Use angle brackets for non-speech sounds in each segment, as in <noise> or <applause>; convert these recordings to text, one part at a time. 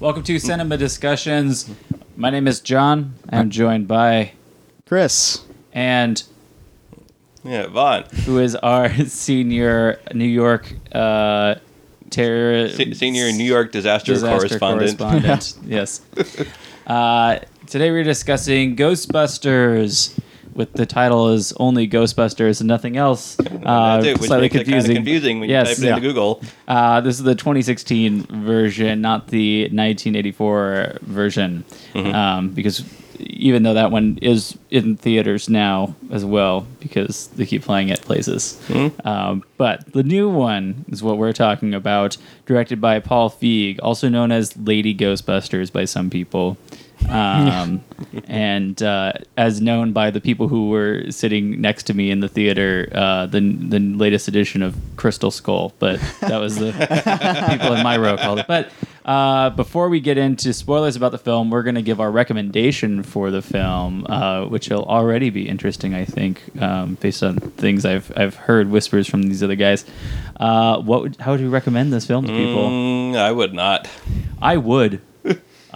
Welcome to Cinema Discussions. My name is John. I'm joined by Chris. and Yeah, Vaughn. who is our <laughs> senior New York uh, terror Se- senior New York disaster, disaster correspondent. <laughs> correspondent. yes. Uh, today we're discussing Ghostbusters. With the title is only Ghostbusters and nothing else. Uh, That's it, which slightly makes it kind of confusing when Yes. you type it Yeah. into Google. Uh, this is the 2016 version, not the 1984 version, um, because even though that one is in theaters now as well, because they keep playing it places. Um, but the new one is what we're talking about, directed by Paul Feig, also known as Lady Ghostbusters by some people. Um, and uh, as known by the people who were sitting next to me in the theater, uh, the the latest edition of Crystal Skull, but that was the people in my row called it. But uh, before we get into spoilers about the film, we're going to give our recommendation for the film, uh, which will already be interesting, I think, um, based on things I've I've heard whispers from these other guys. Uh, what would, how would you recommend this film to people? Mm, I would not. I would.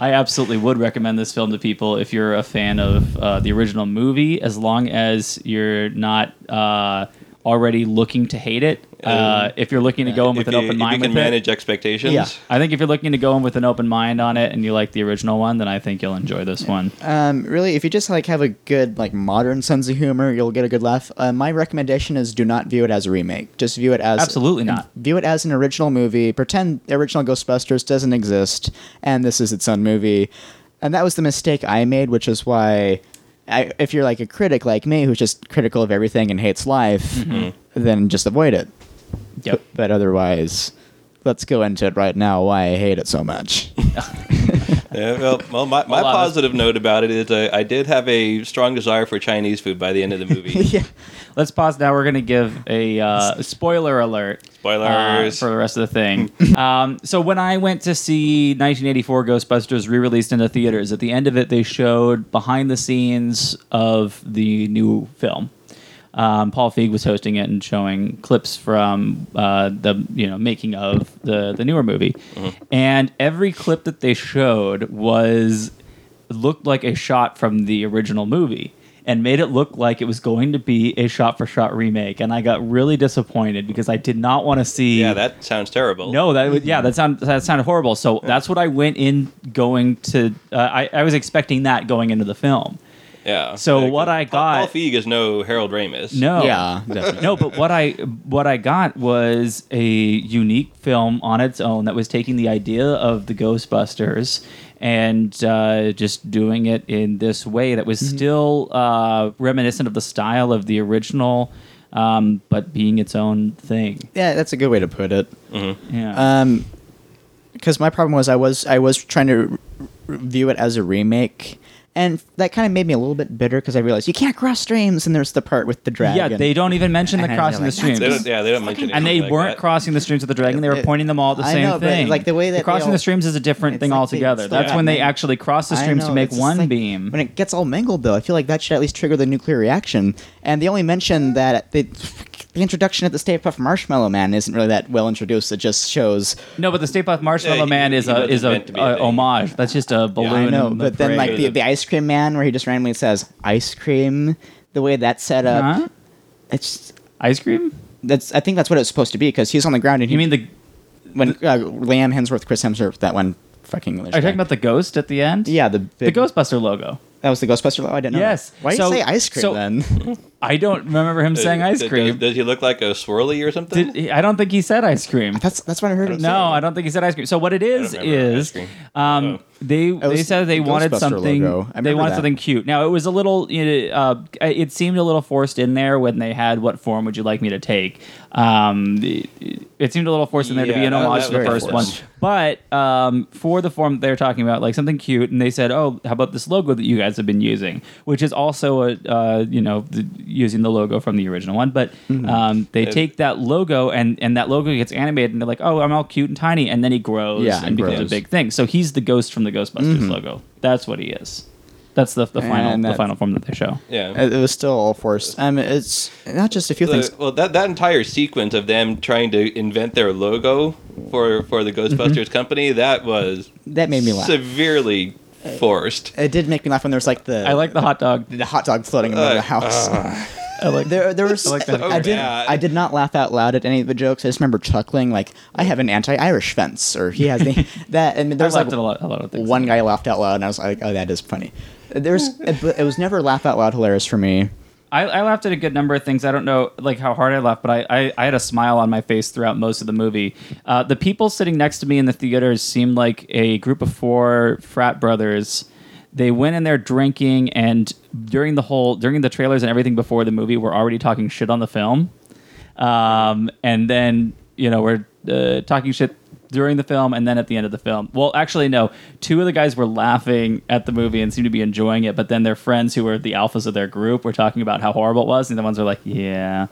I absolutely would recommend this film to people if you're a fan of uh, the original movie, as long as you're not uh, already looking to hate it. Uh, if you're looking to go in with Um, if an you, open if mind you can with manage it, expectations. yeah, I think if you're looking to go in with an open mind on it and you like the original one, then I think you'll enjoy this one. Um, really, if you just like have a good like modern sense of humor, you'll get a good laugh. Uh, my recommendation is do not view it as a remake. Just view it as Absolutely not. View it as an original movie. Pretend the original Ghostbusters doesn't exist, and this is its own movie. And that was the mistake I made, which is why, I, if you're like a critic like me who's just critical of everything and hates life, then just avoid it. Yep. But otherwise, let's go into it right now. Why I hate it so much. Yeah, well, well, my, my Hold on. positive note about it is I, I did have a strong desire for Chinese food by the <laughs> end of the movie. yeah. Let's pause now. We're going to give a uh, spoiler alert. uh, Spoilers. for the rest of the <laughs> thing. um, so when I went to see 1984 Ghostbusters re-released into theaters, at the end of it, they showed behind the scenes of the new film. Um, Paul Feig was hosting it and showing clips from uh, the you know making of the the newer movie, Mm-hmm. and every clip that they showed was looked like a shot from the original movie and made it look like it was going to be a shot for shot remake and i got really disappointed because i did not want to see yeah, that sounds terrible. no that would Mm-hmm. yeah that sound that sounded horrible so that's what i went in going to uh, I, I was expecting that going into the film Yeah. So Yeah, what I Paul- Paul got- Feig is no Harold Ramis. no <laughs> Yeah. Definitely. no, but what I what I got was a unique film on its own that was taking the idea of the Ghostbusters and uh, just doing it in this way that Mm-hmm. was still uh, reminiscent of the style of the original, um, but being its own thing. Yeah, that's a good way to put it. Yeah. Um, because my problem was I was I was trying to r- view it as a remake, and that kind of made me a little bit bitter because I realized you can't cross streams, and there's the part with the yeah, dragon. they don't even mention the And I crossing the realized that's streams. They don't, yeah, they don't mention and they anything like weren't that. crossing the streams of the dragon. They were It- pointing them all at the I same know, but, thing. like, the way that The crossing they all- the streams is a different It's thing like the- altogether. it's That's like- when they Yeah. actually cross the I streams to know, make it's just one like- beam. When it gets all mingled, though, I feel like that should at least trigger the nuclear reaction. And the only mention that the, the introduction of the Stay Puft Marshmallow Man isn't really that well introduced. It just shows No, but the Stay Puft Marshmallow Yeah, he- Man is he a wasn't is a, meant to be a a thing. homage. That's just a balloon. I know, in the but then like parade. the, the ice cream man, where he just randomly says ice cream, the way that's set up, Huh? it's ice cream. that's I think that's what it was supposed to be because he's on the ground and he You mean the? when uh, Liam Hemsworth, Chris Hemsworth, that one fucking English. Are you guy. talking about the ghost at the end? yeah the the big, Ghostbuster logo. That was the Ghostbuster. Oh, I didn't know. Yes. That. Why do So- you say ice cream so- then? <laughs> I don't remember him saying ice Does- cream. Does, does he look like a swirly or something? Did he- I don't think he said ice cream. that's that's what I heard. him No, I don't think he said ice cream. So what it is remember ice is, cream. um, Oh. they they was said they the wanted Ghostbuster something. logo. I They remember wanted that. something cute. Now it was a little, you know, uh, it seemed a little forced in there when they had "What form would you like me to take?" Um, it, it seemed a little forced in there to be Yeah, an that- homage that to the was first forced. one. But um, for the form that they're talking about, like something cute, and they said, "Oh, how about this logo that you guys have been using?" Which is also a uh, you know the, using the logo from the original one, but Mm-hmm. um, they Uh, take that logo and and that logo gets animated, and they're like, "Oh, I'm all cute and tiny," and then he grows goes Yeah, and becomes grows. a big thing. So he's the ghost from the Ghostbusters logo. That's what he is. That's the, the final And the that's- final form that they show. yeah. It, it was still all forced. I mean, it's not just a few The- things. well, that that entire sequence of them trying to invent their logo for for the Mm-hmm. Ghostbusters company, that was That made me laugh. severely Uh, forced. It did make me laugh when there was like the I like the hot dog. the hot dog floating around the Uh, house. <laughs> I like there, there was. I I, like that. did. Oh, I did not laugh out loud at any of the jokes. I just remember chuckling, like I have an anti-Irish fence, or he has the, <laughs> that. And I there's like laughed at a lot, a lot of things. one guy laughed out loud, and I was like, "Oh, that is funny." There's, <laughs> it, but it was never laugh out loud hilarious for me. I, I laughed at a good number of things. I don't know like how hard I laughed, but I, I, I had a smile on my face throughout most of the movie. Uh, the people sitting next to me in the theaters seemed like a group of four frat brothers. They went in there drinking, and during the whole during the trailers and everything before the movie, we're already talking shit on the film. Um, and then you know we're uh, talking shit during the film, and then at the end of the film. Well, actually, no. Two of the guys were laughing at the movie and seemed to be enjoying it, but then their friends, who were the alphas of their group, were talking about how horrible it was, and the ones were like, "Yeah."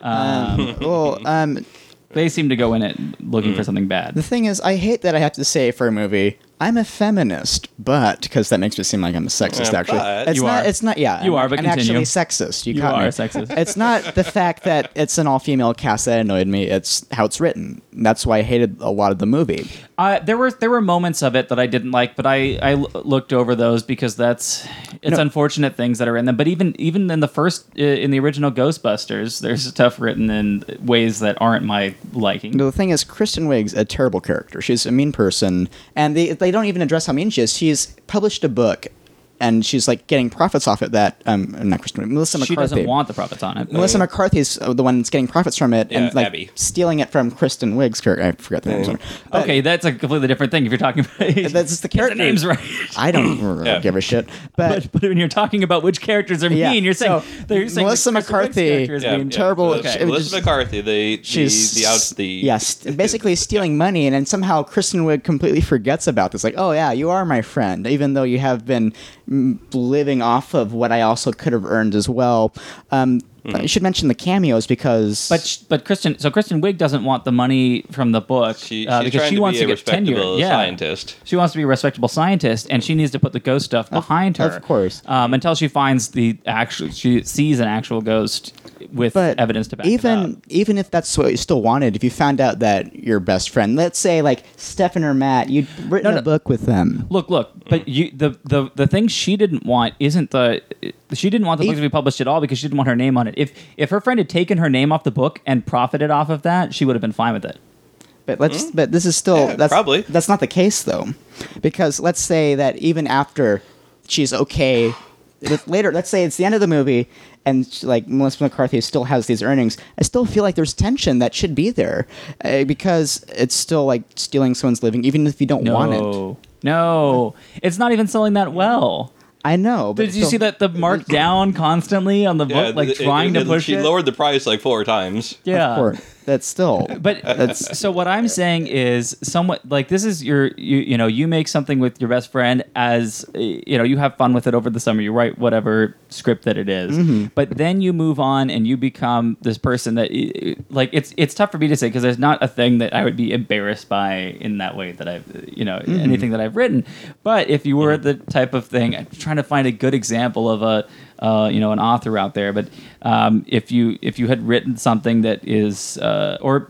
Uh, <laughs> Um, well, um, They seemed to go in it looking mm. for something bad. the thing is, I hate that I have to say for a movie. I'm a feminist, but because that makes me seem like I'm a sexist. Yeah, actually, but- it's You not. are. It's not. Yeah, You I'm- are, but I'm continue. actually sexist. You, You caught are me. sexist. <laughs> it's not the fact that it's an all-female cast that annoyed me. It's how it's written. That's why I hated a lot of the movie. Uh, there were there were moments of it that I didn't like, but I, I l- looked over those because that's it's No. unfortunate things that are in them. But even even in the first uh, in the original Ghostbusters, there's <laughs> stuff written in ways that aren't my liking. No, the thing is, Kristen Wiig's a terrible character. She's a mean person, and they they don't even address how mean she is. She's published a book, and she's like getting profits off it. That um, not Kristen Wiig, Melissa She McCarthy. doesn't want the profits on it. Melissa McCarthy's uh, the one that's getting profits from it, Yeah, and like Abby. stealing it from Kristen Wiig's character. I forgot the name. sorry. But okay, that's a completely different thing. If you're talking about <laughs> that's just the Get character. names right. I don't <coughs> really Yeah. give a shit. But But, but when you're talking about which characters are Yeah, mean, you're saying, so they're saying Melissa that Kristen Wiig's McCarthy- character is Yeah, mean. yeah. terrible- Okay. she- it was Uh, Melissa just- McCarthy, the she's the, the out the yes, <laughs> basically stealing money, and then somehow Kristen Wiig completely forgets about this. Like, oh yeah, you are my friend, even though you have been mm, living off of what I also could have earned as well. Um, Mm-hmm. I should mention the cameos because But sh- but Kristen, so Kristen Wiig doesn't want the money from the book She, she's uh, because trying she to wants be to a get respectable tenure. Yeah. scientist. She wants to be a respectable scientist, and she needs to put the ghost stuff behind her. of course. um, until she finds the actual, she sees an actual ghost with but evidence to back it even up. even if that's what you still wanted, if you found out that your best friend, let's say like Stefan or Matt, you'd written no. a book with them. Look, look, but you the, the the thing she didn't want isn't the she didn't want the book Ev- to be published at all because she didn't want her name on it. If if her friend had taken her name off the book and profited off of that, she would have been fine with it. But let's. But this is still that's probably. that's not the case though, because let's say that even after she's okay with later, let's say it's the end of the movie, and she- like Melissa McCarthy still has these earnings. I still feel like there's tension that should be there uh, because it's still like stealing someone's living, even if you don't want it. No, no, it's not even selling that well. I know. But Did you still- see that the mark down constantly on the Yeah, book, like it- it- trying it- to push She it? lowered the price like four times. yeah, Of course, that's still. <laughs> But That's- so what I'm saying is somewhat like this is your you you know you make something with your best friend as uh, you know you have fun with it over the summer you write whatever script that it is. but then you move on and you become this person that uh, like it's it's tough for me to say because there's not a thing that I would be embarrassed by in that way that I've uh, you know Mm-hmm. anything that I've written but if you were the type of thing I'm trying to find a good example of a uh, you know an author out there but um, if you if you had written something that is uh, or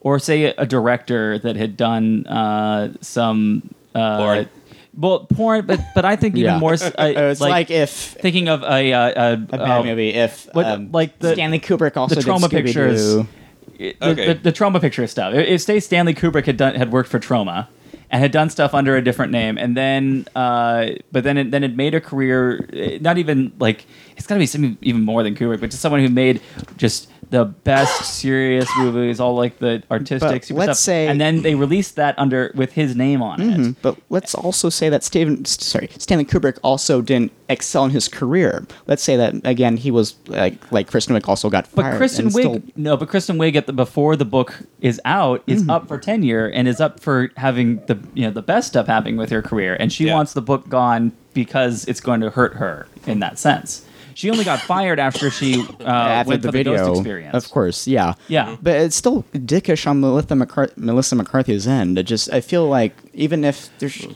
or say a director that had done uh, some uh, Porn. well porn but but I think even Yeah. more <laughs> s- uh, Oh, it's like, if thinking of a uh, a, a bad uh, movie, if what- um, like the- Stanley Kubrick also the trauma did Scooby-Doo. pictures it- the, Okay. the, the trauma picture stuff. If if, say Stanley Kubrick had done had worked for Trauma and had done stuff under a different name, and then uh, but then it, then it made a career. eh, Not even like it's got to be something even more than Kubrick, but just someone who made just the best serious movies, all like the artistic But super let's stuff. say- Mm-hmm. and then they released that under with his name on it. Hmm, But let's also say that Steven, s- sorry, Stanley Kubrick also didn't excel in his career. Let's say that again, he was like like Kristen Wiig also got fired. But Kristen and Wiig, still- no, but Kristen Wiig at the before the book is out is Mm-hmm. up for tenure and is up for having the you know the best stuff happening with her career, and she Yeah. wants the book gone because it's going to hurt her in that sense. She only got fired after she uh, <laughs> after went the for the video, ghost experience. of course, yeah, Yeah. But it's still dickish on Melissa, McCar- Melissa McCarthy's end. It just I feel like even if there's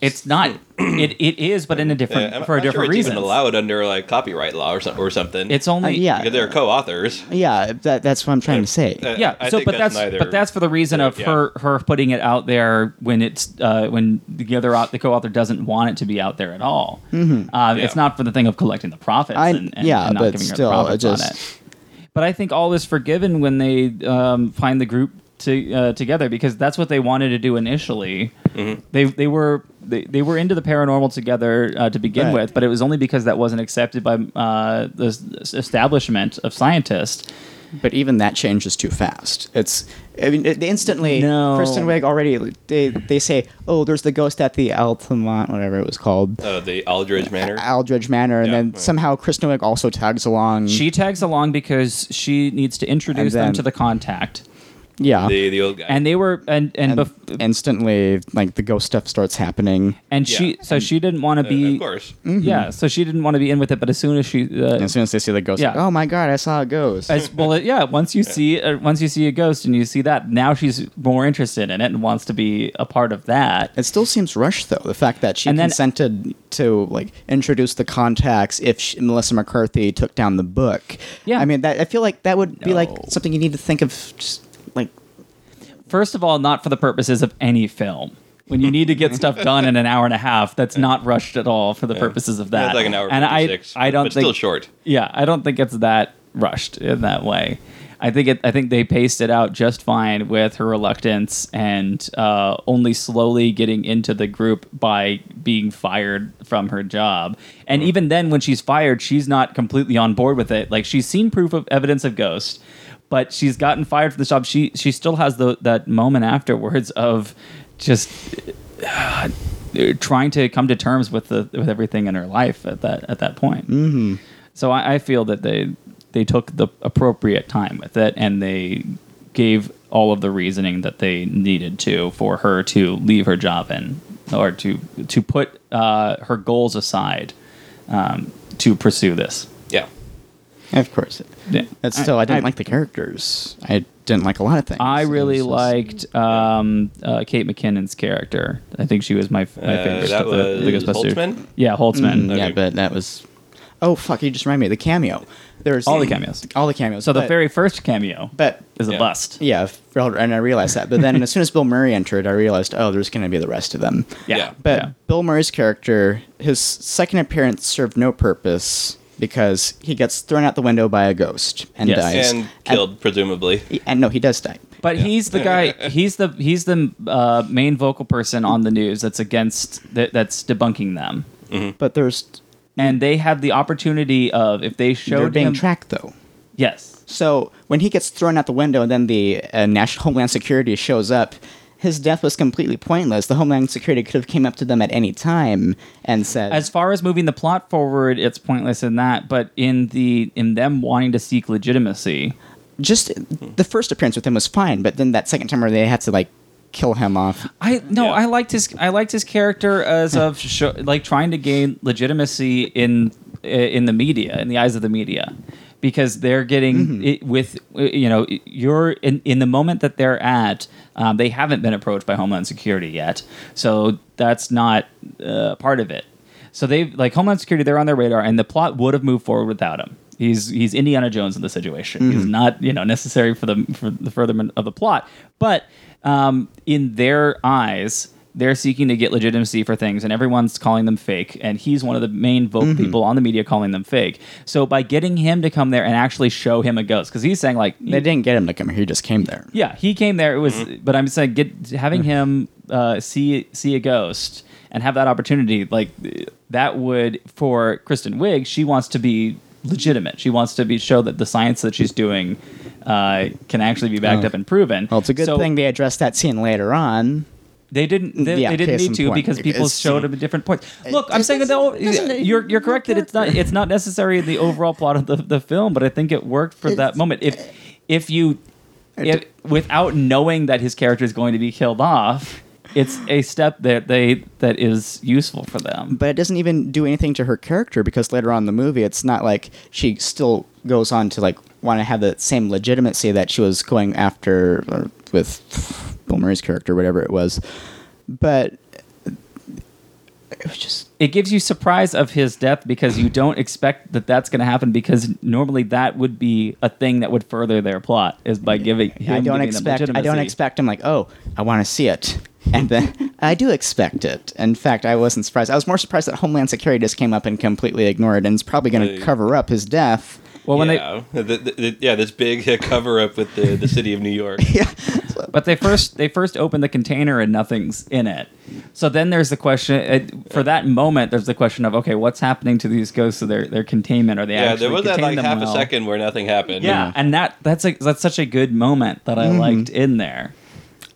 It's not. it, it is, but in a different I'm- for a I'm not sure different it's reason. Even allowed under like copyright law or, some, or something. It's only Uh, yeah. because they're co-authors. Yeah, that, that's what I'm trying to say. Uh, yeah. I so, think but that's, neither- but that's for the reason of yeah. her her putting it out there when it's uh, when the other au- the co-author doesn't want it to be out there at all. Uh, Yeah. It's not for the thing of collecting the profits. Mm-hmm. I- and, and, yeah, and not but giving still, her the profits it on just- it. But I think all is forgiven when they um, find the group to, uh, together because that's what they wanted to do initially. Mm-hmm. They they were they, they were into the paranormal together uh, to begin Right. with, but it was only because that wasn't accepted by uh, the s- establishment of scientists. But even that changes too fast. It's I mean it, they instantly No. Kristen Wiig already they they say oh there's the ghost at the Altamont whatever it was called uh, the Aldridge Manor. Aldridge Manor and Yeah, then right. somehow Kristen Wiig also tags along. She tags along because she needs to introduce them Mm-hmm. then- to the contact. yeah. the the old guy. And they were and and and and, instantly like the ghost stuff starts happening. and Yeah. she so she didn't want to Uh, be of course. Mm-hmm. yeah so she didn't want to be in with it. But as soon as she uh, And as soon as they see the ghost, Yeah. like, oh my god, I saw a ghost. as well it- yeah once you see uh, once you see a ghost and you see that now she's more interested in it and wants to be a part of that. It still seems rushed, though. The fact that she And then- consented to like introduce the contacts if she, Melissa McCarthy took down the book. Yeah. I mean, that I feel like that would be like No. something you need to think of, just like First of all, not for the purposes of any film. When you need to get stuff done in an hour and a half, that's not rushed at all for the purposes of Yeah, that. it's like an hour and I, 56, I don't but think still short. yeah, I don't think it's that rushed in that way. I think it, I think they paced it out just fine with her reluctance and uh, only slowly getting into the group by being fired from her job. And even then, when she's fired, she's not completely on board with it. Like she's seen proof of evidence of ghost, but she's gotten fired from the job. She she still has the, that moment afterwards of just uh, trying to come to terms with the with everything in her life at that at that point. Mm-hmm. So I, I feel that they they took the appropriate time with it, and they gave all of the reasoning that they needed to for her to leave her job and or to to put uh, her goals aside um, to pursue this. Yeah. of course. Yeah. That's still I, didn't I- like the characters. I didn't like a lot of things. I really It was just- liked um, uh, Kate McKinnon's character. I think she was my, my Uh, favorite. that of the- the was Ghostbusters. Holtzman? Yeah, Holtzman. Mm, Yeah, Okay. but that was. Oh fuck! You just reminded me the cameo. There's All the cameos. All the cameos. So the but- very first cameo But is a Yeah. bust. yeah, f- and I realized that. But then as soon as Bill Murray entered, I realized oh, there's going to be the rest of them. Yeah. But yeah. Bill Murray's character, his second appearance served no purpose because he gets thrown out the window by a ghost and Yes. dies. And killed, presumably. And, and no, he does die. But he's the guy. He's the he's the uh, main vocal person on the news that's against that, that's debunking them. Hmm. But there's And they had the opportunity of if they they're showed being him. tracked though. yes. So when he gets thrown out the window and then the uh, National Homeland Security shows up, his death was completely pointless. The Homeland Security could have came up to them at any time and said, As far as moving the plot forward, it's pointless in that. But in the in them wanting to seek legitimacy, just the first appearance with him was fine, but then that second time where they had to like kill him off. I no, Yeah. I liked his I liked his character as of sho like trying to gain legitimacy in eh, in the media in the eyes of the media because they're getting it with eh, you know you're in in the moment that they're at um, they haven't been approached by Homeland Security yet so that's not uh, part of it so they like Homeland Security they're on their radar and the plot would have moved forward without him. He's, he's Indiana Jones in the situation. He's not you know necessary for the for the furtherment of the plot, but um, in their eyes, they're seeking to get legitimacy for things, and everyone's calling them fake. And he's one of the main vocal people on the media calling them fake. So by getting him to come there and actually show him a ghost, because he's saying like, They didn't get him to come here; he just came there. yeah, he came there. It was, but I'm saying get having him uh, see see a ghost and have that opportunity, like that would for Kristen Wiig. She wants to be legitimate. She wants to be show that the science that she's doing uh, can actually be backed Oh. up and proven. Well, it's a good So- thing they addressed that scene later on. They didn't. They, Mm, Yeah, they didn't case need in to point. because people It's- showed them a different point. Look, I'm doesn't- saying though, doesn't it- you're you're correct that it's not it's not necessary in the overall plot of the, the film, but I think it worked for that moment. If if you if, without knowing that his character is going to be killed off, it's a step that they that is useful for them. But it doesn't even do anything to her character because later on in the movie, it's not like she still goes on to like want to have the same legitimacy that she was going after uh, with Bill Murray's character, whatever it was. But was just it gives you surprise of his death because you don't expect that that's going to happen because normally that would be a thing that would further their plot is by giving him I don't giving them expect. I don't legitimacy. expect. I'm like, oh, I want to see it, <laughs> and then I do expect it. In fact, I wasn't surprised. I was more surprised that Homeland Security just came up and completely ignored, it and it's probably going They- to cover up his death. Well, when they yeah. The- the- the- yeah, this big <laughs> uh, cover up with the, the city of New <laughs> York. But they first they first open the container and nothing's in it. So then there's the question it, for that moment. There's the question of okay, what's happening to these ghosts? Are their their containment? Are they Yeah, actually there was that contain like them half well? a second where nothing happened. Yeah, and that that's a, that's such a good moment that I Mm-hmm. liked in there.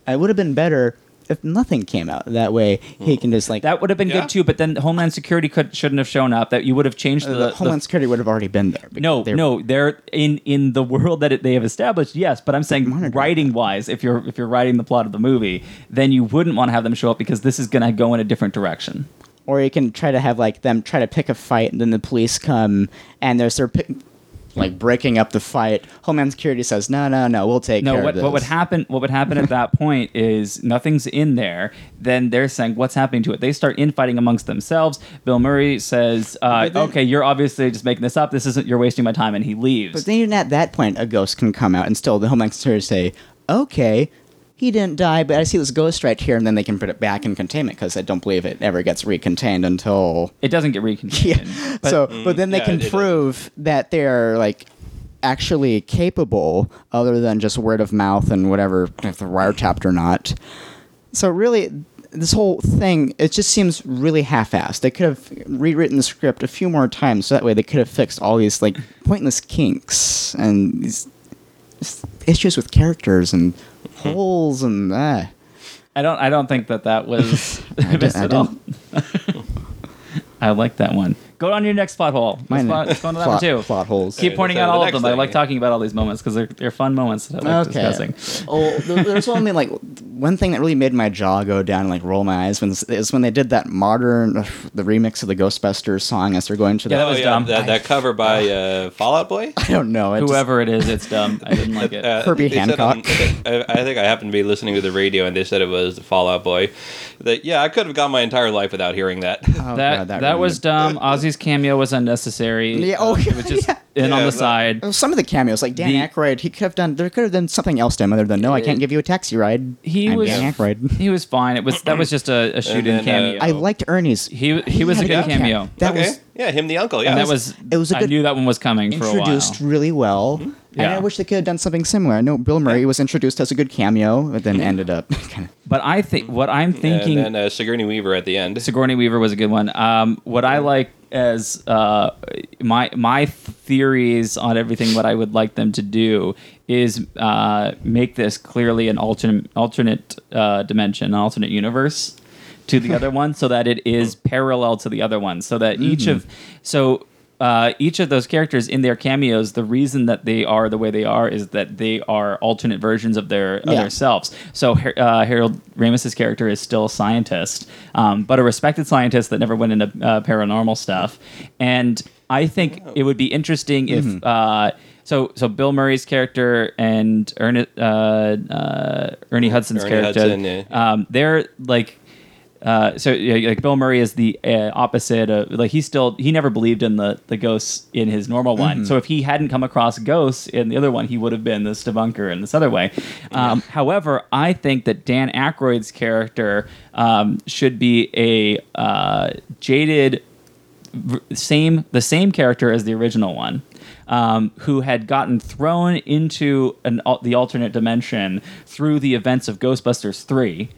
It would have been better if nothing came out. That way, he can just like That would have been Yeah. good too. But then Homeland Security could, shouldn't have shown up. That you would have changed the, the, Uh, the uh, the- Homeland Security would have already been there. because no, they're- no, they're in in the world that it, they have established. Yes, but I'm saying Monitoring. writing wise, if you're if you're writing the plot of the movie, then you wouldn't want to have them show up because this is going to go in a different direction. Or you can try to have like them try to pick a fight, and then the police come, and there's their pick, like breaking up the fight. Homeland Security says, no, no, no, we'll take No, care what, of what would this." happen? What would happen at that point is nothing's in there. Then they're saying, "What's happening to it?" They start infighting amongst themselves. Bill Murray says, uh, But then- "Okay, you're obviously just making this up. This isn't. You're wasting my time," and he leaves. But then even at that point, a ghost can come out and still the Homeland Security say, okay, he didn't die, but I see this ghost right here, and then they can put it back in containment because I don't believe it ever gets recontained until. it doesn't get recontained. But so, but then they Mm, yeah, can it- it- prove that they are like actually capable, other than just word of mouth and whatever if they're wiretapped or not. So really, this whole thing it just seems really half-assed. They could have rewritten the script a few more times, so that way they could have fixed all these like pointless kinks and these just issues with characters and Hmm. holes and ah, that. I don't. I don't think that that <laughs> was I missed di- I at all. <laughs> I like that one. Go on to your next plot hole. Let's Mine- go, let's go on to that one plot, too. Plot holes. Keep Okay, pointing so out the all of next them. I thing. like talking about all these moments because they're, they're fun moments that I like discussing. oh, there- there's only like one thing that really made my jaw go down and like roll my eyes when is when they did that modern the remix of the Ghostbusters song as they're going to the Yeah, that Oh, was yeah, dumb. that, that <laughs> cover by uh, Fallout Boy. <laughs> I don't know it just- Whoever it is, it's dumb. I didn't like <laughs> it. Uh, Herbie they said Hancock. I, <laughs> I think I happened to be listening to the radio, and they said it was the Fallout Boy. That yeah, I could have gone my entire life without hearing that. oh, that God, that, really was dumb. Ozzy's cameo was unnecessary. <laughs> Yeah, oh, Uh, it was just yeah. in on Yeah, the that- side. made- some of the cameos like Dan The- Aykroyd he could have done there could have done something else to him other than no I can't give you a taxi ride He I'm was Dan Aykroyd he was fine. It was that was just a, a shoot-in then, uh, cameo. I liked Ernie's Oh. he he was a had good cam- cameo. that <laughs> okay, was yeah, him the uncle. Yeah, and that was it was a I good knew that one was coming for a while. Mm-hmm. introduced really well. And Yeah. I wish they could have done something similar. I know Bill Murray was introduced as a good cameo, but Mm-hmm. then ended up <laughs> kind of But I think what I'm thinking and then uh, Sigourney Weaver at the end. Sigourney Weaver was a good one. Um, what I like as uh, my my theories on everything, what I would like them to do is uh, make this clearly an alternate alternate uh, dimension, an alternate universe to the other one, so that it is parallel to the other one, so that each of so. Uh, each of those characters in their cameos, the reason that they are the way they are is that they are alternate versions of their of Yeah. their themselves. So Har- uh, Harold Ramis's character is still a scientist, um, but a respected scientist that never went into uh, paranormal stuff. And I think it would be interesting if Mm-hmm. uh, so. So Bill Murray's character and Ernie, uh, uh, Ernie Hudson's Ernie character, Hudson, yeah. um, they're like. Uh, so yeah, like Bill Murray is the uh, opposite of like he still he never believed in the the ghosts in his normal one. So if he hadn't come across ghosts in the other one, he would have been this debunker in this other way. Um, However, I think that Dan Aykroyd's character um, should be a uh, jaded same the same character as the original one, um, who had gotten thrown into an al- the alternate dimension through the events of Ghostbusters <laughs> three.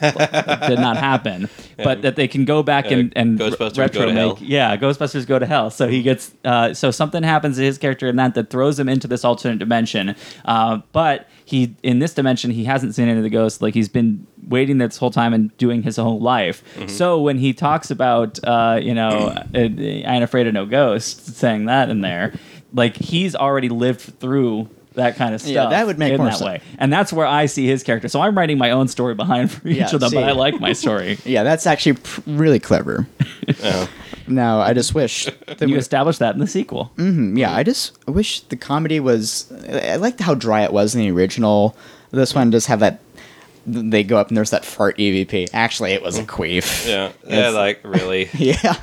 That did not happen, but that they can go back and Yeah, and Ghostbusters retro go to make- hell. yeah, Ghostbusters go to hell. So he gets uh, so something happens to his character in that that throws him into this alternate dimension. Uh, but he in this dimension he hasn't seen any of the ghosts. Like he's been waiting this whole time and doing his whole life. So when he talks about uh, you know I ain't afraid of no ghosts, saying that in there, like he's already lived through. That kind of stuff. Yeah, that would make in more that sense. way, and that's where I see his character. So I'm writing my own story behind <laughs> for each Yeah, of them, see. but I like my <laughs> story. Yeah, that's actually pr- really clever. Oh. Now, I just wish <laughs> that you we, establish that in the sequel. yeah, I just wish the comedy was I I liked how dry it was in the original. This one does have that they go up and there's that fart EVP. Actually, it was a <laughs> queef. Yeah, yeah, It's- like really. <laughs> yeah.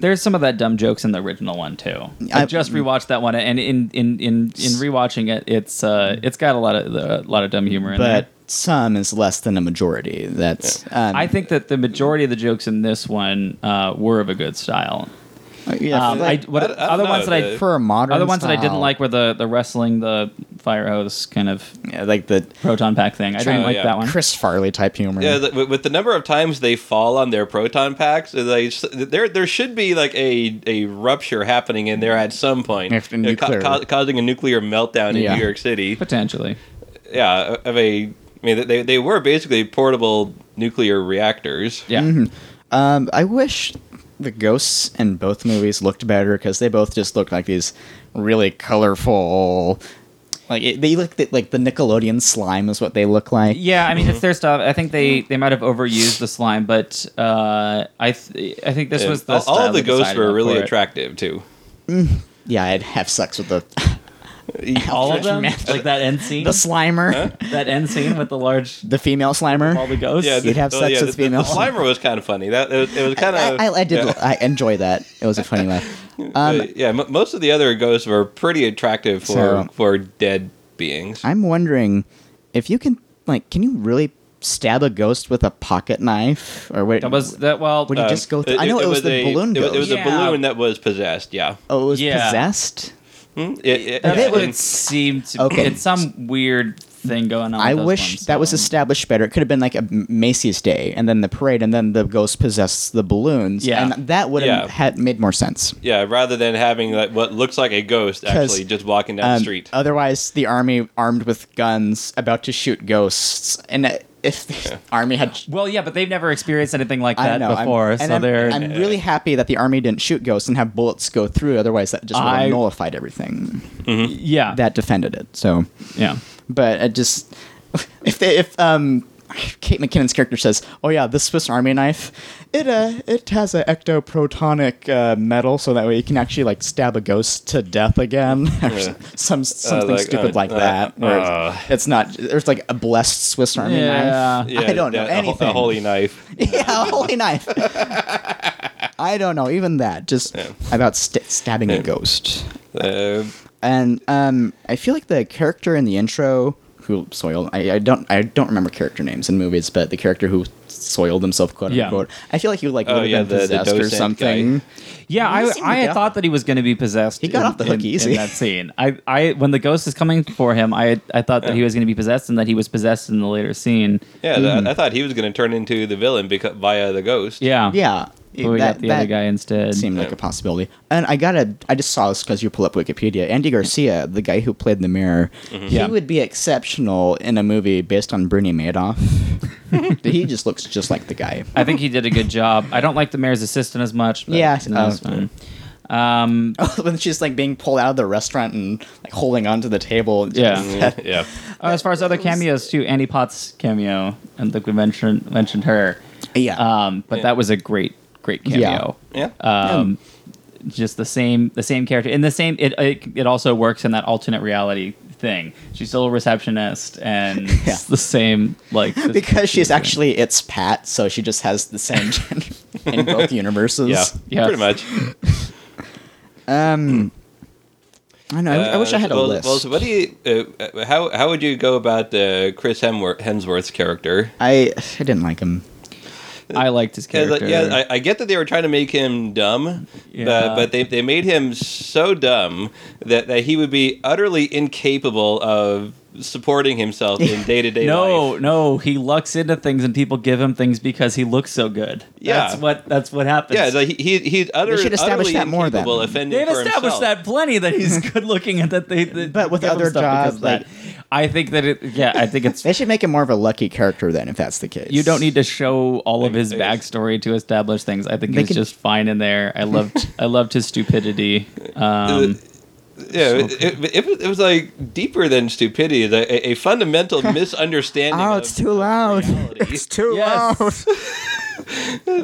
There's some of that dumb jokes in the original one too. I, I- just rewatched that one, and in in in in rewatching it, it's uh it's got a lot of a lot of dumb humor in But there. some is less than a majority. That's um, I think that the majority of the jokes in this one uh, were of a good style. yeah, Um, I, like, what, I don't- I don't other know, ones that I the- for a modern other ones that I didn't style- like were the the wrestling, the fire hose kind of yeah, like the proton pack thing. I didn't Oh, like yeah. that one. Chris Farley type humor. Yeah, the, with- with the number of times they fall on their proton packs, they s- there there should be like a, a rupture happening in there at some point, If the You know, nuclear- causing a nuclear meltdown in Yeah. New York City. Potentially, yeah, of a I mean they they were basically portable nuclear reactors. yeah. Um, I wish the ghosts in both movies looked better because they both just looked like these really colorful. Like it, they look like the Nickelodeon slime is what they look like. Yeah, I mean Mm-hmm. it's their stuff. I think they they might have overused the slime, but uh, I th- I think this And was the all, all style of the they ghosts decided were on really for it. attractive too. Yeah, I'd have sex with the All of Outstretched them, mouth. like that end scene, the Slimer, that end scene with the large the female all Slimer. the ghosts. Yeah, You'd have oh, sex yeah, with the, the, the females. Slimer was kind of funny. That it was, it was kind I, of I, I did. Yeah. I enjoy that. It was a funny laugh. Um, uh, yeah, m- most of the other ghosts were pretty attractive for So- for dead beings. I'm wondering if you can like, can you really stab a ghost with a pocket knife or wait? that was that. Well, Would you uh, just go? Th- I know it, was, the a- balloon Um, It was, ghost. it was Yeah. a balloon that was possessed. Yeah. oh, it was Yeah. possessed. Hmm? It- it- that's yeah, what and- it seemed to. Okay. It's some weird thing going on. I with those wish ones, that was so- established better. It could have been like a M- Macy's Day, and then the parade, and then the ghost possessed the balloons. Yeah. and that would have Yeah. had made more sense. yeah, rather than having like what looks like a ghost 'Cause, actually just walking down the Um, street. Otherwise, the army armed with guns about to shoot ghosts, and uh, if the <laughs> army had. Well, yeah, but they've never experienced anything like I that don't know. I'm- before, and so I'm, they're. I'm really happy that the army didn't shoot ghosts and have bullets go through. Otherwise, that just would have I- nullified everything yeah, that defended it. So yeah. but it just if they if um Kate McKinnon's character says, "Oh yeah, this Swiss Army knife, it uh it has a ectoprotonic uh, metal, so that way you can actually like stab a ghost to death again, <laughs> or s- some something like, stupid uh, like uh, that. Where it's- uh. it's not there's like a blessed Swiss Army Yeah. knife. Yeah, I don't know yeah, a ho- anything. <laughs> A, holy knife. yeah, a holy knife. <laughs> I don't know even that. Just about st- stabbing a ghost. Uh, And um, I feel like the character in the intro who soiled I, I don't I don't remember character names in movies, but the character who soiled himself quote Yeah. unquote. I feel like he like Oh, would have yeah, been the- the possessed or docent something. guy. Yeah, He I, seemed I to had go- thought that he was going to be possessed. He got off the hook easy. in that scene. I, I when the ghost is coming for him, I I thought that he was going to be possessed and that he was possessed in the later scene. yeah, th- I thought he was going to turn into the villain because via the ghost. Yeah, Hmm. Yeah. But we got the other guy instead. seemed like a possibility. And I gotta I just saw this because you pull up Wikipedia. Andy Garcia, the guy who played the mirror, Mm-hmm. he Yeah. would be exceptional in a movie based on Bernie <laughs> Madoff. he just looks just like the guy. I think he did a good job. I don't like the mayor's assistant as much. But Yeah, no, it's uh, fine. Um, <laughs> when she's like being pulled out of the restaurant and like holding onto the table. yeah. <laughs> <laughs> yeah. Uh, as far as other cameos too, Annie Potts cameo, and think we mentioned mentioned her. Yeah. Um, but Yeah. that was a great, great cameo. Yeah. um, just the same the same character in the same it, it it also works in that alternate reality thing she's still a receptionist and <laughs> Yeah. it's the same like this- <laughs> because she's actually it's Pat, so she just has the <laughs> same gender in both universes. yeah. Yes. Pretty much. I know. I, I wish I Uh, had a well, list. Well, so what do you? Uh, how how would you go about uh, Chris Hemwor- Hemsworth's character? I I didn't like him. i liked his Yeah, character uh, yeah I, I get that they were trying to make him dumb, Yeah. but, but they, they made him so dumb that, that he would be utterly incapable of supporting himself <laughs> in day to day no life. no he lucks into things and people give him things because he looks so good Yeah. that's what that's what happens Yeah, like he, he, he's utter, They should establish utterly that more, then. incapable, offending They've for established himself. that plenty that <laughs> he's good looking and that they, they But with give him other stuff because of jobs, that. like- I think that it yeah I think <laughs> it's They should make him more of a lucky character then, if that's the case. You don't need to show all of his Yes. backstory to establish things. I think They he's can- just fine in there. I <laughs> loved I loved his stupidity. Um, Yeah, it, it, it, was- it was like deeper than stupidity, like a, <laughs> a fundamental misunderstanding. Oh, of <laughs> it's too loud. reality. It's too Yes. loud.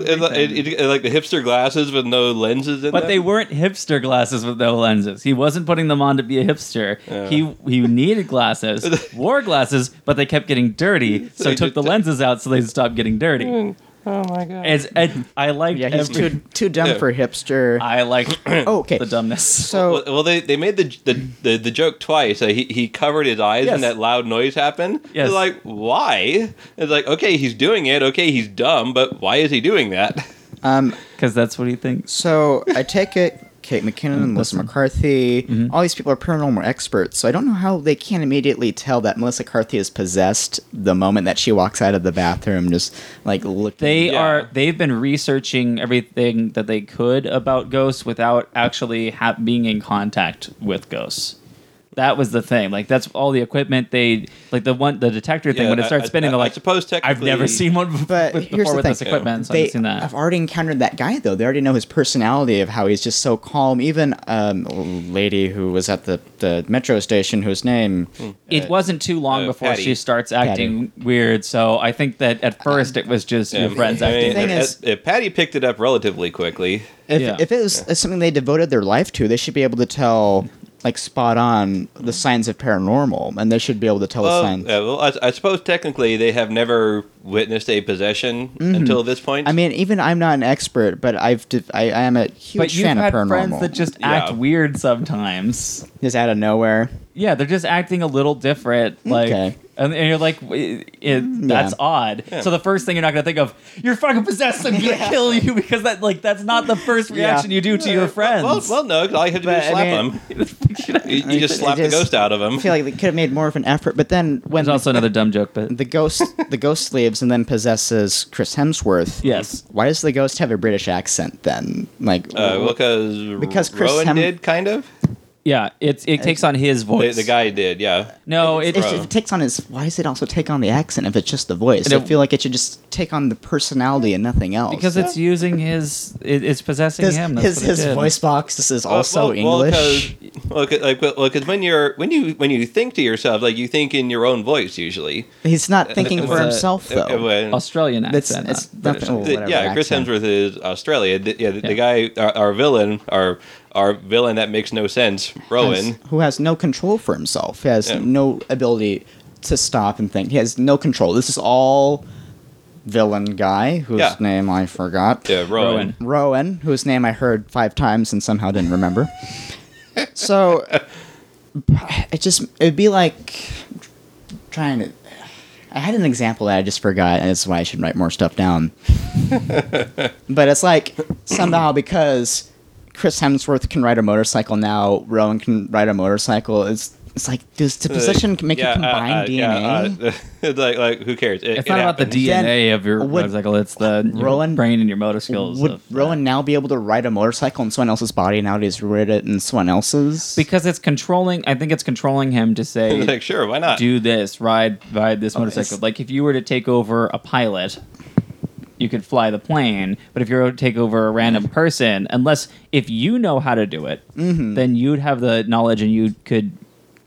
It's like, it- it- like the hipster glasses with no lenses in But them. they weren't hipster glasses with no lenses. He wasn't putting them on to be a hipster. Yeah. He he needed <laughs> glasses, wore glasses, but they kept getting dirty. So, So he took did the that. Mm. lenses out so they stopped getting dirty. Oh my god! It's, it, I like Yeah, he's every, too too dumb Yeah. for hipster. <laughs> I like oh, okay. the <laughs> dumbness. So Well, well, they, they made the the, the, the joke twice. Uh, he, he covered his eyes Yes. and that loud noise happened. Yes. They're like, why? It's like, okay, he's doing it. Okay, he's dumb, but why is he <laughs> doing that? um, Because that's what he thinks. So I take it Kate Mm, McKinnon, Melissa McCarthy, Mm-hmm. all these people are paranormal experts. So I don't know how they can't immediately tell that Melissa McCarthy is possessed the moment that she walks out of the bathroom, just like looking. They Yeah. are. They've been researching everything that they could about ghosts without actually ha- being in contact with ghosts. That was the thing. Like that's all the equipment they like the one the detector thing Yeah, when it I- starts I- spinning. they're I like, suppose I've never <laughs> technically- seen one bef- But with, here's before the with thing. this equipment, so I they haven't seen that. have already encountered that guy though. They already know his personality of how he's just so calm. Even um, a lady who was at the, the metro station, whose name it wasn't too long uh, before Patty. she starts acting weird, so I think that Um, at first it was just your friends I mean, acting. The thing uh, is- uh, Patty picked it up relatively quickly. If, Yeah. if it was uh, something they devoted their life to, they should be able to tell, like, spot on the signs of paranormal, and they should be able to tell Well, the uh, signs. well I, I suppose technically they have never witnessed a possession until this point. Mm-hmm. I mean, even I'm not an expert, but I've de- I, I am a huge But you've fan had of paranormal. friends that just Yeah. act weird sometimes. just out of nowhere. Yeah, they're just acting a little different. Like, Okay. Mm, and, and you're like, w- it, that's yeah. odd. So the first thing you're not gonna think of, you're fucking possessed. I'm <laughs> gonna kill you because that like that's not the first reaction you do to your friends. well, well, no, 'cause all you have to do But, is slap I <laughs> mean- him. you, you just It slap the just- ghost out of him. I feel like they could have made more of an effort, but then when There's also another dumb joke, <laughs> but <laughs> the ghost the ghost leaves and then possesses Chris Hemsworth. yes, Why does the ghost have a British accent then? Like, uh, well, cause Because Chris Rowan Hem- did kind <laughs> of. yeah, it it takes on his The, voice. the guy did, yeah. No, it, It's just- it takes on his. Why does it also take on the accent if it's just the voice? And I it- feel like it should just take on the personality and nothing else. because it's using his it, it's possessing his him that's his, what it his did. voice box. This is Uh, also English. Because like, well, 'cause when you're when you when you think to yourself, like you think in your own voice usually. He's not thinking it for was a- himself Uh, though. when- australian That's- accent it's not British. definitely- the- whatever yeah, Chris accent. Hemsworth is Australia. The, yeah, the, the Yeah. guy, our, our villain, our our villain that makes no sense, has- Rowan. who has no control for himself. He has Yeah. no ability to stop and think. He has no control. This is all villain guy whose Yeah. name I forgot. Yeah, Rowan. Uh, Rowan. Rowan, whose name I heard five times and somehow didn't remember. so it just it'd be like trying to. I had an example that I just forgot, and that's why I should write more stuff <laughs> down. but it's like somehow because Chris Hemsworth can ride a motorcycle now, Rowan can ride a motorcycle. It's it's like does the possession make a Yeah, uh, combined uh, DNA? yeah, uh, <laughs> it's like like who cares? It- it's it not about the happens. dna Then of your would- motorcycle it's the your Rowan- brain and your motor skills Would uh, of uh, that. Rowan now be able to ride a motorcycle in someone else's body now that he's rid it in someone else's? because it's controlling i think it's controlling him to <laughs> say <laughs> Like sure, why not? do this ride ride this motorcycle it's- like if you were to take over a pilot you could fly the plane but if you're to take over a Mm-hmm. random person unless if you know how to do it Mm-hmm. then you'd have the knowledge and you could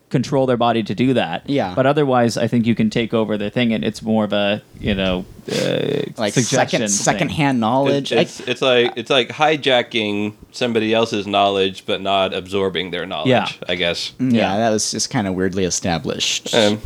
control their body to do that Yeah. but otherwise i think you can take over the thing and it's more of a you know uh, like suggestion second thing. secondhand knowledge. It's, it's, it's like it's like hijacking somebody else's knowledge, but not absorbing their knowledge. Yeah. I guess. I, Mm, yeah, yeah. that was just kind of weirdly established. Um,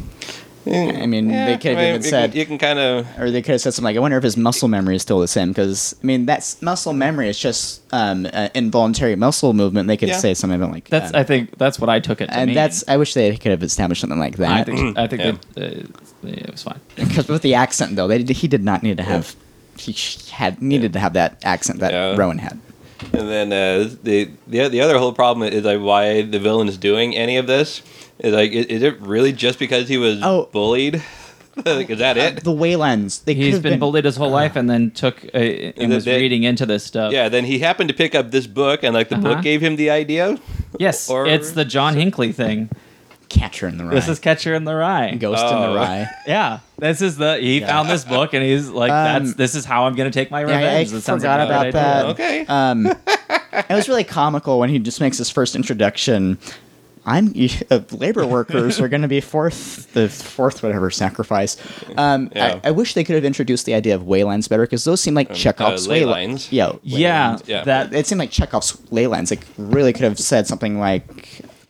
I mean, they could have even you said, can, you can kind of or they could have said something like, "I wonder if his muscle memory is still the same." Because I mean, that's muscle memory is just um, uh, involuntary muscle movement. They could Yeah. say something like that's um, i think that's what i took it to and mean. that's. I wish they could have established something like i that. <clears throat> think i think Yeah. that, uh, it was fine Because with the accent though, they, he did not need to have. He had needed to have that accent that Yeah. Rowan had. And then uh, the the the other whole problem is like why the villain is doing any of this is like i- is it really just because he was Oh. bullied? <laughs> like, is that it? The Waylands. They could he's have been, bullied his whole life and then took uh, and the- was they- reading into this stuff yeah. Then he happened to pick up this book, and like the Uh-huh. book gave him the idea. Yes, Or- it's the John Hinckley <laughs> thing. Catcher in the Rye. This is Catcher in the Rye. Ghost in Oh. the Rye. Yeah, this is the he found this book and he's like, Um, that's this is how I'm gonna take my Yeah, revenge. I, I It sounds forgot like a about good idea. that. Okay. Um, it was really comical when he just makes his first introduction. I'm <laughs> uh, labor workers are going to be fourth the fourth whatever sacrifice. Um, Yeah. I, I wish they could have introduced the idea of waylands better because those seem like Chekhov's uh, ley wayla- lines. Yeah, ley yeah, lines. yeah. that it seemed like Chekhov's ley lines. Like really could have said something like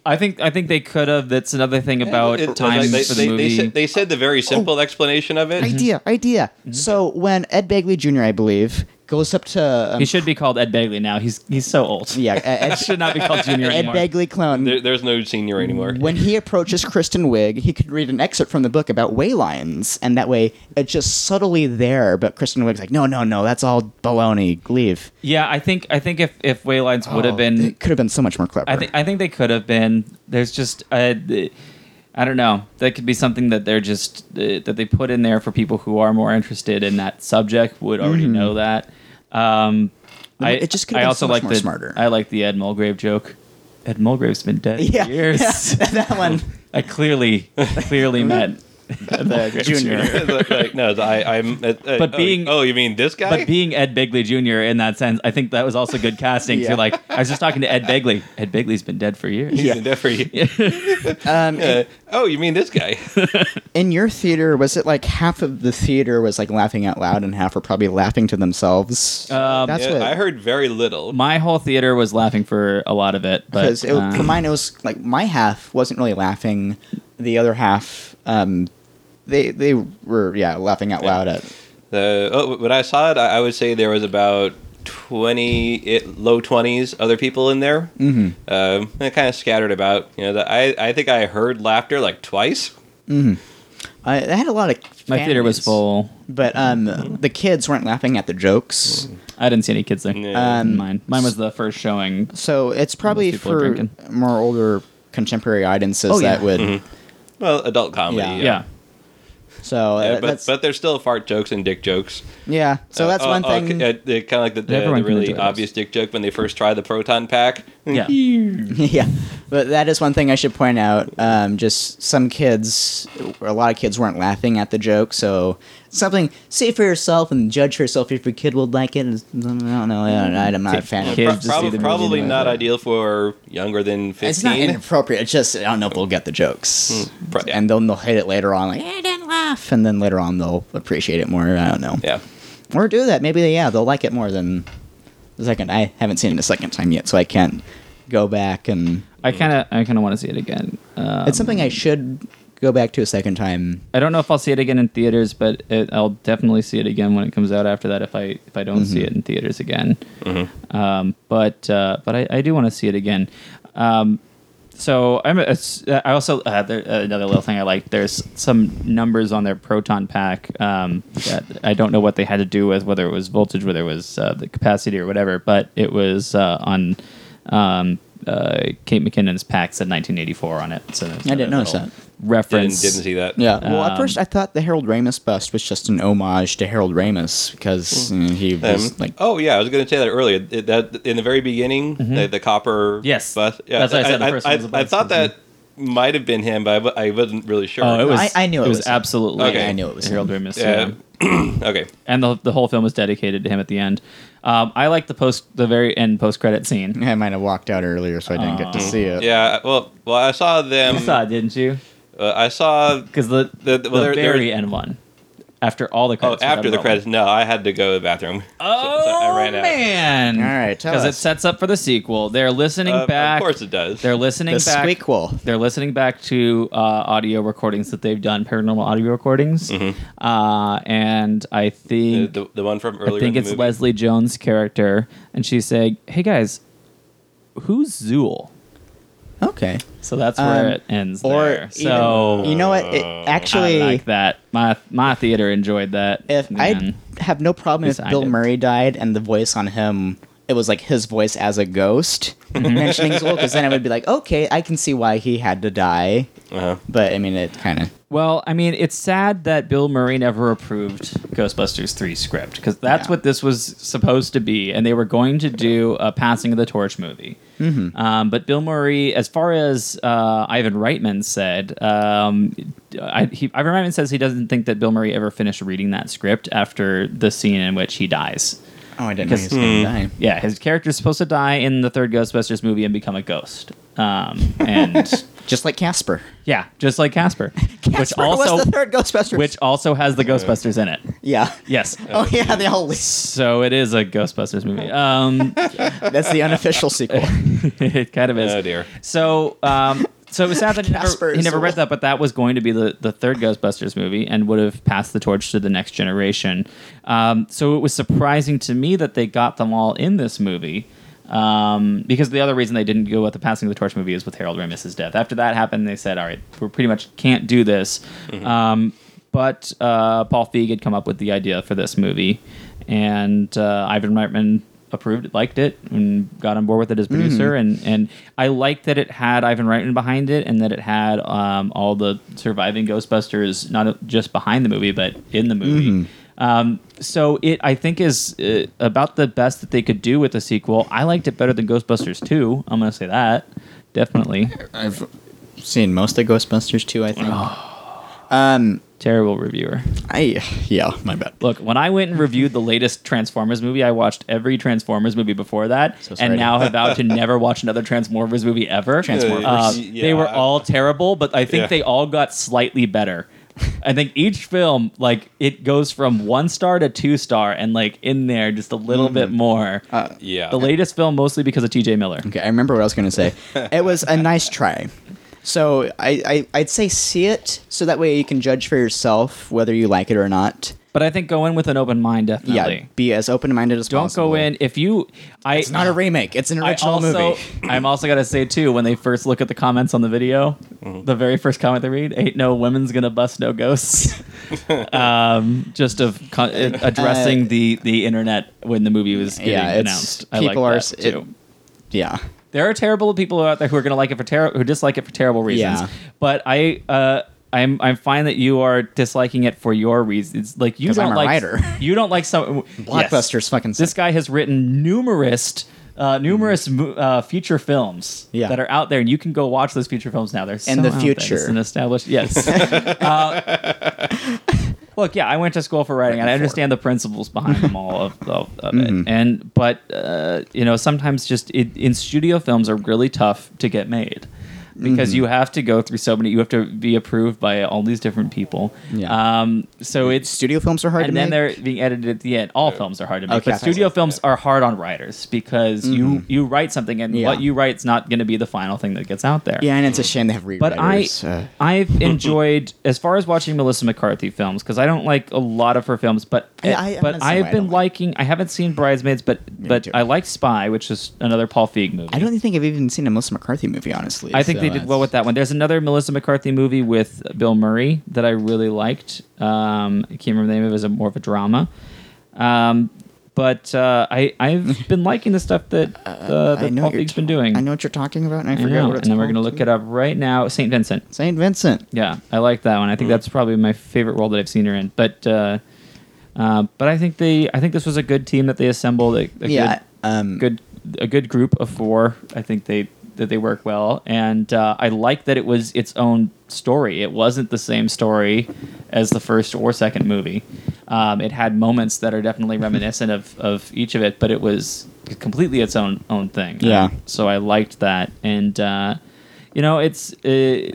I think I think they could have. That's another thing about It- time like, they, for the they- they movie. Oh. said, they said the very simple explanation of it. idea, idea. So when Ed Begley Jr. I believe goes up to um, he should be called Ed Begley now. He's he's so old. yeah E-, <laughs> Ed, should not be <laughs> called Junior Ed anymore. Begley clone There, there's no senior anymore. <laughs> when he approaches Kristen Wiig, he could read an excerpt from the book about way lines, and that way it's just subtly there. But Kristen Wiig's like, no, no, no, that's all baloney. Leave. yeah, I think I think if if Waylines would have been, It could have been so much more clever. I think I think they could have been. There's just uh, th- I don't know. That could be something that they're just uh, that they put in there for people who are more interested in that subject would already know that. Um, I Mm-hmm. it just could have I been also so much like more the smarter. I like the Ed Mulgrave joke. Ed Mulgrave's been dead <laughs> yeah, for years. <laughs> <laughs> yeah, that one. I clearly <laughs> clearly met the Junior. like, no, I, I'm. Uh, uh, But oh, being- oh, you mean this guy? But being Ed Begley Jr. in that sense, I think that was also good casting. 'cause Yeah. You're like, I was just talking to Ed Begley. Ed Begley's been dead for years. He's Yeah. in there for you. Um, Uh, oh, you mean this guy? in your theater, was it like half of the theater was like laughing out loud, and half were probably laughing to themselves? <laughs> Um, that's Yeah, what I heard very little. My whole theater was laughing for a lot of it, but because it for um, mine it was like my half wasn't really laughing the other half um they they were yeah laughing out loud at The oh, when I saw it, I, I would say there was about twenty, it, low twenties, other people in there. Mm-hmm. Um, and kind of scattered about. You know, the, I I think I heard laughter like twice. I, I uh, had a lot of my theater was families, full. but um Mm-hmm. the kids weren't laughing at the jokes I didn't see any kids there. Yeah. Um, Um, mine. Mine was the first showing. so it's probably people are for drinking. more older contemporary audiences Oh, yeah. that would Mm-hmm. Well, adult comedy. Yeah. Yeah. so Yeah, uh, but that's but uh, there's still fart jokes and dick jokes. yeah so that's one one thing kind of like the, the, Everyone the can enjoy really those. obvious dick joke when they first try the proton pack. <laughs> Yeah. <laughs> yeah but that is one thing i should point out um, just some kids or a lot of kids weren't laughing at the joke so something see for yourself and judge for yourself if your kid would like it i don't know I don't know, i'm not a fan of Kids to it see Prob- the movie probably anyway, not but- ideal for younger than 15. it's not inappropriate it's just i don't know if they'll get the jokes pro- yeah. and then they'll hate it later on like "Eh, i didn't laugh and then later on they'll appreciate it more i don't know yeah. or do that maybe they, yeah they'll like it more than the second i haven't seen it a second time yet so i can't go back and I kind of, I kind of want to see it again. Um, it's something i should go back to a second time I don't know if I'll see it again in theaters, but it, I'll definitely see it again when it comes out after that. If I if I don't see Mm-hmm. it in theaters again, um, but uh, but I, I do want to see it again. Um, so I'm a- it's- uh, I also uh, there, uh, another little thing I like. There's some numbers on their proton pack. Um, that I don't know what they had to do with whether it was voltage, whether it was uh, the capacity or whatever, but it was uh, on. Um, uh, Kate McKinnon's pack said 1984 on it. So I didn't notice that. reference. Didn't, didn't see that. Yeah. Well, at Um, first I thought the Harold Ramis bust was just an homage to Harold Ramis because you know, he Um, was like, oh yeah, I was going to say that earlier. It- that in the very beginning, the, the copper. Mm-hmm. Yes. bus- yeah, That's what I said, the first one was a I, bus, thought wasn't that might have been him, but I w- I wasn't really sure. Oh, it was. I- I knew it was him. absolutely. Okay. I knew it was Harold him. Ramis. Yeah. Yeah. <clears throat> okay. And the the whole film was dedicated to him at the end. Um, I like the post the very end post credit scene. I might have walked out earlier, so I didn't get to see it. Yeah. Well, well, I saw them. You saw it, didn't you? uh, I saw Because the the, Um, The- well, there- there- very end one, after all the Oh, credits. were after done the rolling. credits. No, I had to go to the bathroom. <laughs> Oh So- so I ran out. man! All right, tell because it us. sets up for the sequel. They're listening Uh, back. Of course it does. They're listening The back. squeakquel. They're listening back to uh, audio recordings that they've done, paranormal audio recordings, uh, and I the, think Mm-hmm. the, the one from earlier. I think in the it's movie. Leslie Jones' character, and she's saying, "Hey guys, who's Zool?" Okay. So that's where Um, it ends. Or there. so even, you know what? It, actually, I like that. My my theater enjoyed that. if Man. I have no problem if Yes, I Bill did. Murray died and the voice on him, it was like his voice as a ghost Mm-hmm. <laughs> mentioning Zool, because then I would be like, okay, I can see why he had to die. Uh-huh. But I mean, it kind of well, I mean, it's sad that Bill Murray never approved Ghostbusters three script because that's Yeah. what this was supposed to be, and they were going to do a passing of the torch movie. Mm-hmm. Um, but Bill Murray, as far as uh, Ivan Reitman said, um, I, he, Ivan Reitman says he doesn't think that Bill Murray ever finished reading that script after the scene in which he dies. oh, I didn't know he was gonna die. Yeah, his character's supposed to die in the third Ghostbusters movie and become a ghost. um, <laughs> and Just like Casper. yeah, just like Casper, which Casper was also the third Ghostbusters. which also has the Ghostbusters in it. yeah. Yes. Oh yeah, they all leaked. So it is a Ghostbusters movie. Um, <laughs> That's the unofficial sequel. it kind of is. Oh, dear. So, um, so it was sad that he Casper never, he is never the read one. that, but that was going to be the, the third Ghostbusters movie and would have passed the torch to the next generation. Um, so it was surprising to me that they got them all in this movie. Um, because the other reason they didn't go with the passing of the torch movie is with Harold Ramis's death. After that happened, they said, "All right, we pretty much can't do this." Um, but uh, Paul Feig had come up with the idea for this movie, and uh, Ivan Reitman approved it, liked it, and got on board with it as producer. And and I liked that it had Ivan Reitman behind it, and that it had um, all the surviving Ghostbusters not just behind the movie, but in the movie. Um, so it, I think, is uh, about the best that they could do with a sequel. I liked it better than Ghostbusters 2. I'm going to say that. Definitely. <laughs> I've seen most of Ghostbusters too. I think. Terrible reviewer. Oh. Um, I yeah, my bad. Look, when I went and reviewed the latest Transformers movie, I watched every Transformers movie before that, So sorry. and now have vowed <laughs> to never watch another Transformers movie ever. Transformers. Uh, Yeah. They were all terrible, but I think Yeah. they all got slightly better. I think each film, like, it goes from one star to two star, and like in there just a little Mm. bit more. Uh, Yeah. the latest film, mostly because of T.J. Miller. Okay, I remember what I was going to say. it was a nice try. So I, I I'd say see it so that way you can judge for yourself whether you like it or not. But I think go in with an open mind, definitely. Yeah, be as open minded as Don't possible. go in if you. I It's not a remake. It's an I original also, movie. I'm also gonna say too when they first look at the comments on the video, the very first comment they read, "Ain't no women's gonna bust no ghosts," um, just of con- uh, addressing Uh, the the internet when the movie was getting Yeah, it's- announced. people I are like s- that, it- too. Yeah. there are terrible people out there who are gonna like it for ter- who dislike it for terrible reasons. Yeah. But I. Uh, I'm I'm fine that you are disliking it for your reasons. Like you 'Cause don't I'm a like writer. you don't like some Yes. Blockbusters fucking This suck. guy has written numerous, uh, numerous mo- uh, feature films Mm. Yeah. that are out there, and you can go watch those feature films now. They're so the out there. future. It's an established <laughs> yes. uh, look, yeah, I went to school for writing, and I understand the principles behind them all of, of, of Mm-hmm. it. And but uh, you know, sometimes just it, in studio films are really tough to get made. Because Mm-hmm. you have to go through so many, you have to be approved by all these different people. Yeah. Um, so it's Studio films are hard and to then make. they're being edited at the end. All films are hard to make, Okay. Mm-hmm. but studio films are hard on writers because you you write something and Yeah. what you write's not going to be the final thing that gets out there. yeah, and it's a shame they have rewriters. But I, uh, <laughs> I've enjoyed as far as watching Melissa McCarthy films because I don't like a lot of her films, but eh, Yeah, I- I'm but the same way. I've I been don't like- liking. I haven't seen Bridesmaids, but but too. I like Spy, which is another Paul Feig movie. I don't think I've even seen a Melissa McCarthy movie, honestly. I think so they did that's- well with that one. There's another Melissa McCarthy movie with Bill Murray that I really liked. Um, I can't remember the name of it. It was a, more of a drama. Um, but uh, I, I've been liking the stuff that, uh, I that know Paul what you're Feig's been doing. I know what you're talking about, and I I forgot know. what And it's then we're going to called. look it up right now. St. Vincent. Saint Vincent. Yeah, I like that one. I Hmm. think that's probably my favorite role that I've seen her in. But uh, uh, but I think they I think this was a good team that they assembled. A, a Yeah, good, um, good a good group of four. I think they that they work well, and uh, I like that it was its own story. It wasn't the same story as the first or second movie. Um, it had moments that are <laughs> definitely reminiscent of, of each of it, but it was completely its own own thing. Uh, Yeah. So I liked that, and uh, you know, it's. Uh,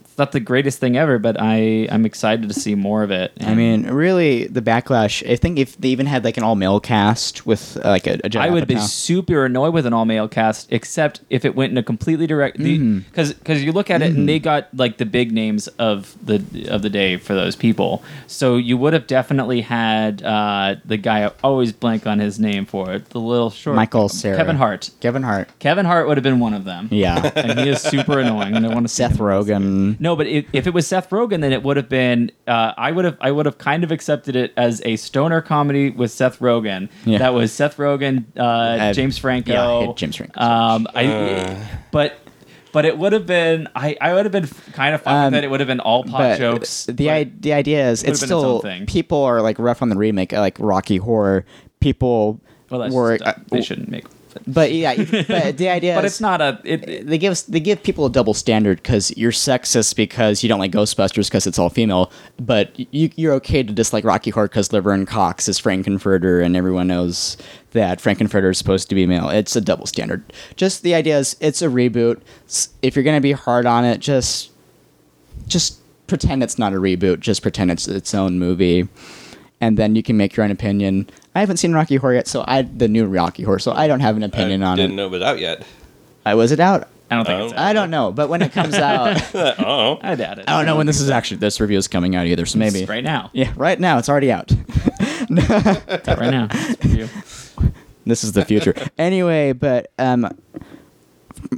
it's not the greatest thing ever, but I I'm excited to see more of it. I mean, really, the backlash. I think if they even had like an all male cast with uh, like a, a Judd I would be Apatow. super annoyed with an all male cast, except if it went in a completely direct Mm-hmm. because because you look at it and they got like the big names of the of the day for those people. So you would have definitely had uh, the guy I always blank on his name for it, the little short Michael Cera, Kevin Hart. Kevin Hart. Kevin Hart would have been one of them. Yeah, and he is super annoying, and I <laughs> want to Seth Rogen. No, but if, if it was Seth Rogen, then it would have been. Uh, I would have. I would have kind of accepted it as a stoner comedy with Seth Rogen. Yeah. That was Seth Rogen, uh, Uh, James Franco. yeah, I hate James Franco so Um, I, but. But it would have been I, I would have been kind of fine Um, with it. It would have been all pot But jokes. the but- I- the idea is it's been its own still thing. people are like rough on the remake, uh, like Rocky Horror. People well, that's were just, uh, uh, they shouldn't make. But <laughs> yeah, but the idea. But is- it's not a. It, it- They give us- they give people a double standard because you're sexist because you don't like Ghostbusters because it's all female, but you, you're okay to dislike Rocky Horror because Laverne Cox is Frankenfurter and everyone knows that Frankenfurter is supposed to be male. It's a double standard. Just the idea is it's a reboot. S- If you're gonna be hard on it, just just pretend it's not a reboot. Just pretend it's its own movie, and then you can make your own opinion. I haven't seen Rocky Horror yet, so I the new Rocky Horror, so I don't have an I opinion on didn't it. know it was out yet. <laughs> I was it out. I don't think Oh. it's. I don't know, but when it <laughs> comes out, Oh, I doubt it. I don't know when this is actually this review is coming out either. So It's maybe right now. Yeah, right now it's already out. <laughs> It's out right now. It's for you. this is <laughs> the future. anyway, but um,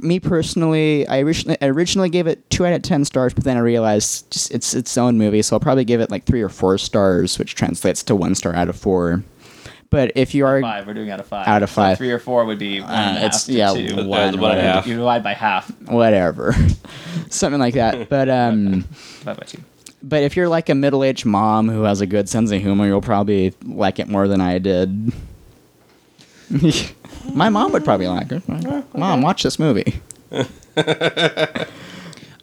me personally, I originally I originally gave it two out of ten stars, but then I realized just it's its own movie, so I'll probably give it like three or four stars, which translates to one star out of four. But if you are Five. We're doing out of five. Out of So five. Uh, three or four would be. One and a half it's- to yeah, two. one, one and a You- half. You divide by half. whatever, <laughs> something like that. But um. Divide by two. But if you're like a middle aged mom who has a good sense of humor, you'll probably like it more than I did. <laughs> My mom would probably like it. Mom, watch this movie.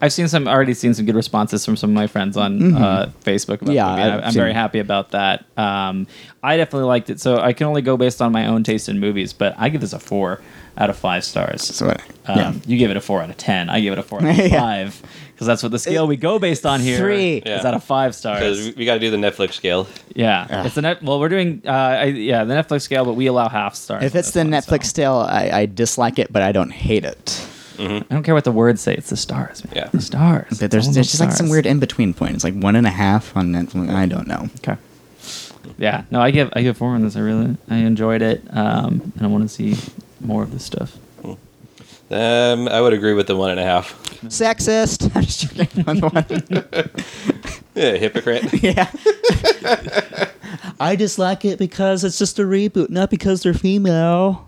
I've seen some already seen some good responses from some of my friends on uh, Facebook. About Mm-hmm. Yeah, the movie, and I've I- I'm seen- very happy about that. Um, I definitely liked it, so I can only go based on my own taste in movies. But I give this a four out of five stars. So, uh, Um, yeah. You give it a four out of ten. I give it a four out of <laughs> Yeah. five because that's what the scale we go based on here. Three. is Yeah. out of five because stars. we got to do the Netflix scale. Yeah, it's the net. Well, we're doing uh, I, yeah the Netflix scale, but we allow half stars. If on this it's the one, Netflix so. tale, I, I dislike it, but I don't hate it. I don't care what the words say. It's the stars, man. Yeah. the stars. But there's, All the there's just like some stars. weird in between point. It's like one and a half on Netflix. I don't know. Okay. Yeah. No, I give I give four on this. I really I enjoyed it, um, and I want to see more of this stuff. Um, I would agree with the one and a half. Sexist. <laughs> I'm just joking. Yeah, <laughs> <laughs> hypocrite. yeah. <laughs> I dislike it because it's just a reboot, not because they're female.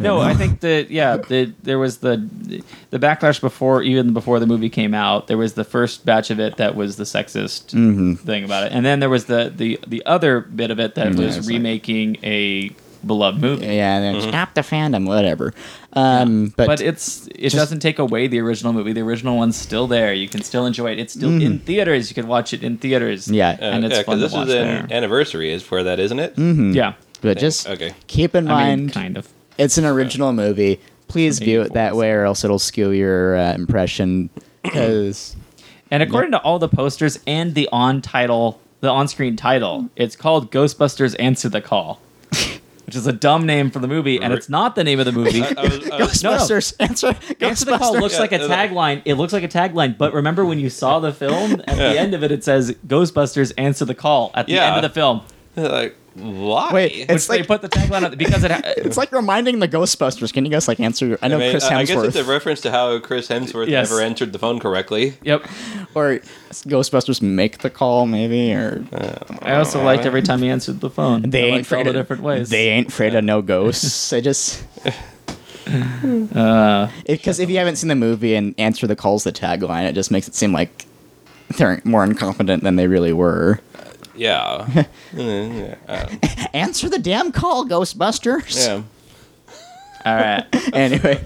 No, I think that yeah, the, there was the the backlash before even before the movie came out. There was the first batch of it that was the sexist Mm-hmm. thing about it, and then there was the the the other bit of it that Mm-hmm. Yeah, it's was like- remaking a beloved movie. Yeah, and then stop the fandom, whatever. Um, But, Mm-hmm. But it's it Just- doesn't take away the original movie. The original one's still there. You can still enjoy it. It's still in theaters. You can watch it in theaters. Mm-hmm. Yeah. Uh, and it's yeah, 'cause fun to this watch is there. Mm-hmm. an anniversary is for that, isn't it? Mm. yeah, but just okay. keep in I mind, mean, kind of. it's an original movie. Please From view it that 84. way, or else it'll skew your uh, <clears throat> impression. Because And according to all the posters and the on title, the on screen title, it's called Ghostbusters Answer the <laughs> Call, which is a dumb name for the movie, and it's not the name of the <laughs> movie. <laughs> I was- I was- Ghostbusters <laughs> answer. Uh, Answer the Call Ghostbusters. looks like a Yeah, uh, tagline. It looks like a tagline, but remember when you saw the film, at the end of it, it says Ghostbusters Answer the Call at the Yeah. end of the film. uh, like, why? Wait, I It's Which they like- put the tagline on because <laughs> it. Ha- it's like reminding the Ghostbusters. Can you guys like answer? Your, I know mean, Chris I- I guess Hemsworth it's a reference to how Chris Hemsworth Yes. never entered the phone correctly. yep. or Ghostbusters make the call, maybe or I also liked every time he answered the phone. they I ain't liked all afraid the of different ways. They ain't afraid of no <laughs> ghosts. I just Uh, Because if you haven't seen the movie and answer the calls the tagline, it just makes it seem like they're more incompetent than they really were. <laughs> Yeah. Mm, yeah. Uh, Answer the damn call, Ghostbusters. yeah. all right. <laughs> anyway,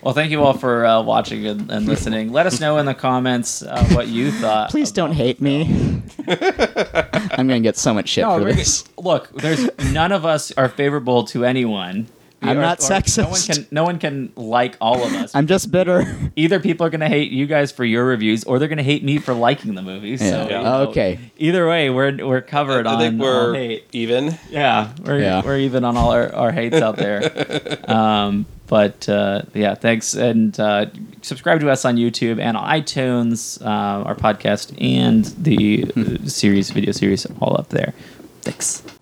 Well, thank you all for uh, watching and, and listening. Let us know in the comments uh, what <laughs> you thought. please don't hate me. I'm gonna get so much shit No, for we're- this. Look, there's none of us are favorable to anyone. We I'm are- not or No one sexist. can. No one can like all of us. I'm <laughs> just bitter. Either people are going to hate you guys for your reviews, or they're going to hate me for liking the movie. So Yeah. you know, Okay. Either way, we're we're covered I on, think we're on hate. even. Yeah, we're Yeah. we're even on all our, our hates out there. um, but uh, yeah, thanks and uh, subscribe to us on YouTube and on iTunes, uh, our podcast and the uh, series video series all up there. Thanks.